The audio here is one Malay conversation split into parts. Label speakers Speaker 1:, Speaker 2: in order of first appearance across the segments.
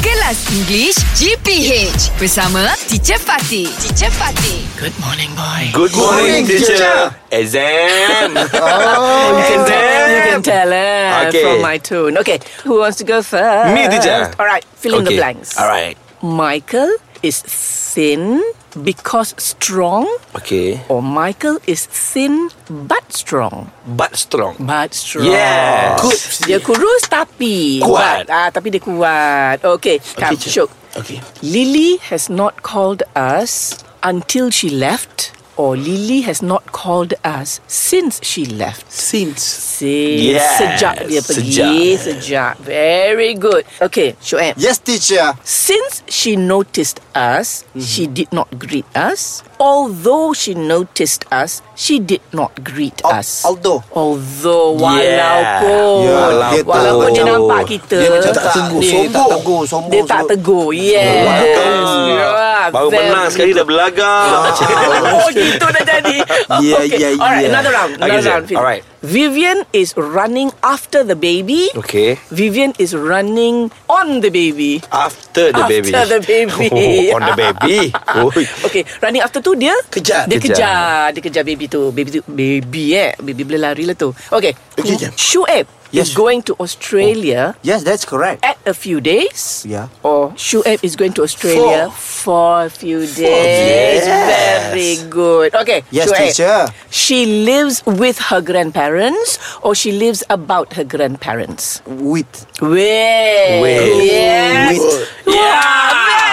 Speaker 1: Kelas English GPH bersama Teacher Fatih. Teacher Fatih.
Speaker 2: Good morning, boy.
Speaker 3: Good morning,
Speaker 4: Morning,
Speaker 3: teacher.
Speaker 4: teacher.
Speaker 3: Exam.
Speaker 4: Oh,
Speaker 2: You can tell, you can
Speaker 3: Exam.
Speaker 2: tell eh,
Speaker 3: Okay.
Speaker 2: from my tone. Okay, who wants to go first?
Speaker 3: Me, teacher.
Speaker 2: All right, fill in the
Speaker 3: Okay.
Speaker 2: blanks.
Speaker 3: All right.
Speaker 2: Michael is thin because strong,
Speaker 3: Okay.
Speaker 2: or Michael is thin but strong.
Speaker 3: But strong.
Speaker 2: But strong.
Speaker 3: Yeah. Good.
Speaker 2: Dia kurus tapi kuat.
Speaker 3: Kuat.
Speaker 2: Ah, tapi dia kuat. Okay, come,
Speaker 3: teacher.
Speaker 2: Syuk.
Speaker 3: Okay.
Speaker 2: Lily has not called us until she left, or Lily has not called us since she left.
Speaker 4: Since.
Speaker 2: Since
Speaker 3: Yes,
Speaker 2: sejak dia pergi
Speaker 3: sejak.
Speaker 2: sejak. Very good. Okay, Shoaib.
Speaker 4: Yes, teacher.
Speaker 2: Since she noticed us, she did not greet us. Although she noticed us, she did not greet
Speaker 4: Al-
Speaker 2: us.
Speaker 4: although.
Speaker 2: Although
Speaker 3: Yeah.
Speaker 2: walaupun
Speaker 4: Yeah,
Speaker 3: dia tahu.
Speaker 2: walaupun dia nampak kita
Speaker 4: Dia macam tak tegur.
Speaker 2: dia Eh,
Speaker 4: Sombong.
Speaker 2: tak tegur.
Speaker 4: Sombong,
Speaker 2: Dia tak
Speaker 4: sombong.
Speaker 2: tegur. Yes. Yeah,
Speaker 3: Baru
Speaker 2: very
Speaker 3: menang sekali dah belagak.
Speaker 2: oh gitu dah jadi Oh,
Speaker 4: Yeah, yeah,
Speaker 2: Alright
Speaker 4: yeah.
Speaker 2: another round Another
Speaker 3: Okay, sir.
Speaker 2: round Fizz.
Speaker 3: Alright.
Speaker 2: Vivian is running after the baby
Speaker 3: Okay.
Speaker 2: Vivian is running on the baby
Speaker 3: After the
Speaker 2: After
Speaker 3: baby.
Speaker 2: the baby.
Speaker 3: Oh, on the baby. Oi.
Speaker 2: Okay Running after tu dia
Speaker 4: Kejar.
Speaker 2: Dia
Speaker 3: Kejar.
Speaker 2: kejar, Dia kejar baby tu Baby tu Baby eh Baby boleh lari lah tu Okay
Speaker 4: Okay, jap.
Speaker 2: Shuib
Speaker 4: Yes. Oh.
Speaker 2: is going to Australia
Speaker 4: Yes, that's correct.
Speaker 2: At a few days
Speaker 4: Yeah.
Speaker 2: Or Shuib is going to Australia For a few days
Speaker 4: days.
Speaker 2: Very good Okay
Speaker 4: Yes,
Speaker 2: Shuib.
Speaker 4: teacher.
Speaker 2: She lives with her grandparents Or she lives about her grandparents
Speaker 4: With.
Speaker 2: Wait.
Speaker 3: Wait.
Speaker 2: Yes.
Speaker 4: With.
Speaker 2: Yeah.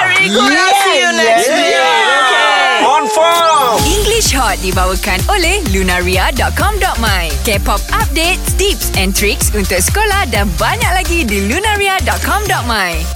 Speaker 2: Very good. I'll see you next
Speaker 4: Yeah.
Speaker 2: week.
Speaker 3: On form.
Speaker 1: English Hot dibawakan oleh lunaria.com.my. K-pop updates, tips and tricks untuk sekolah dan banyak lagi di lunaria.com.my.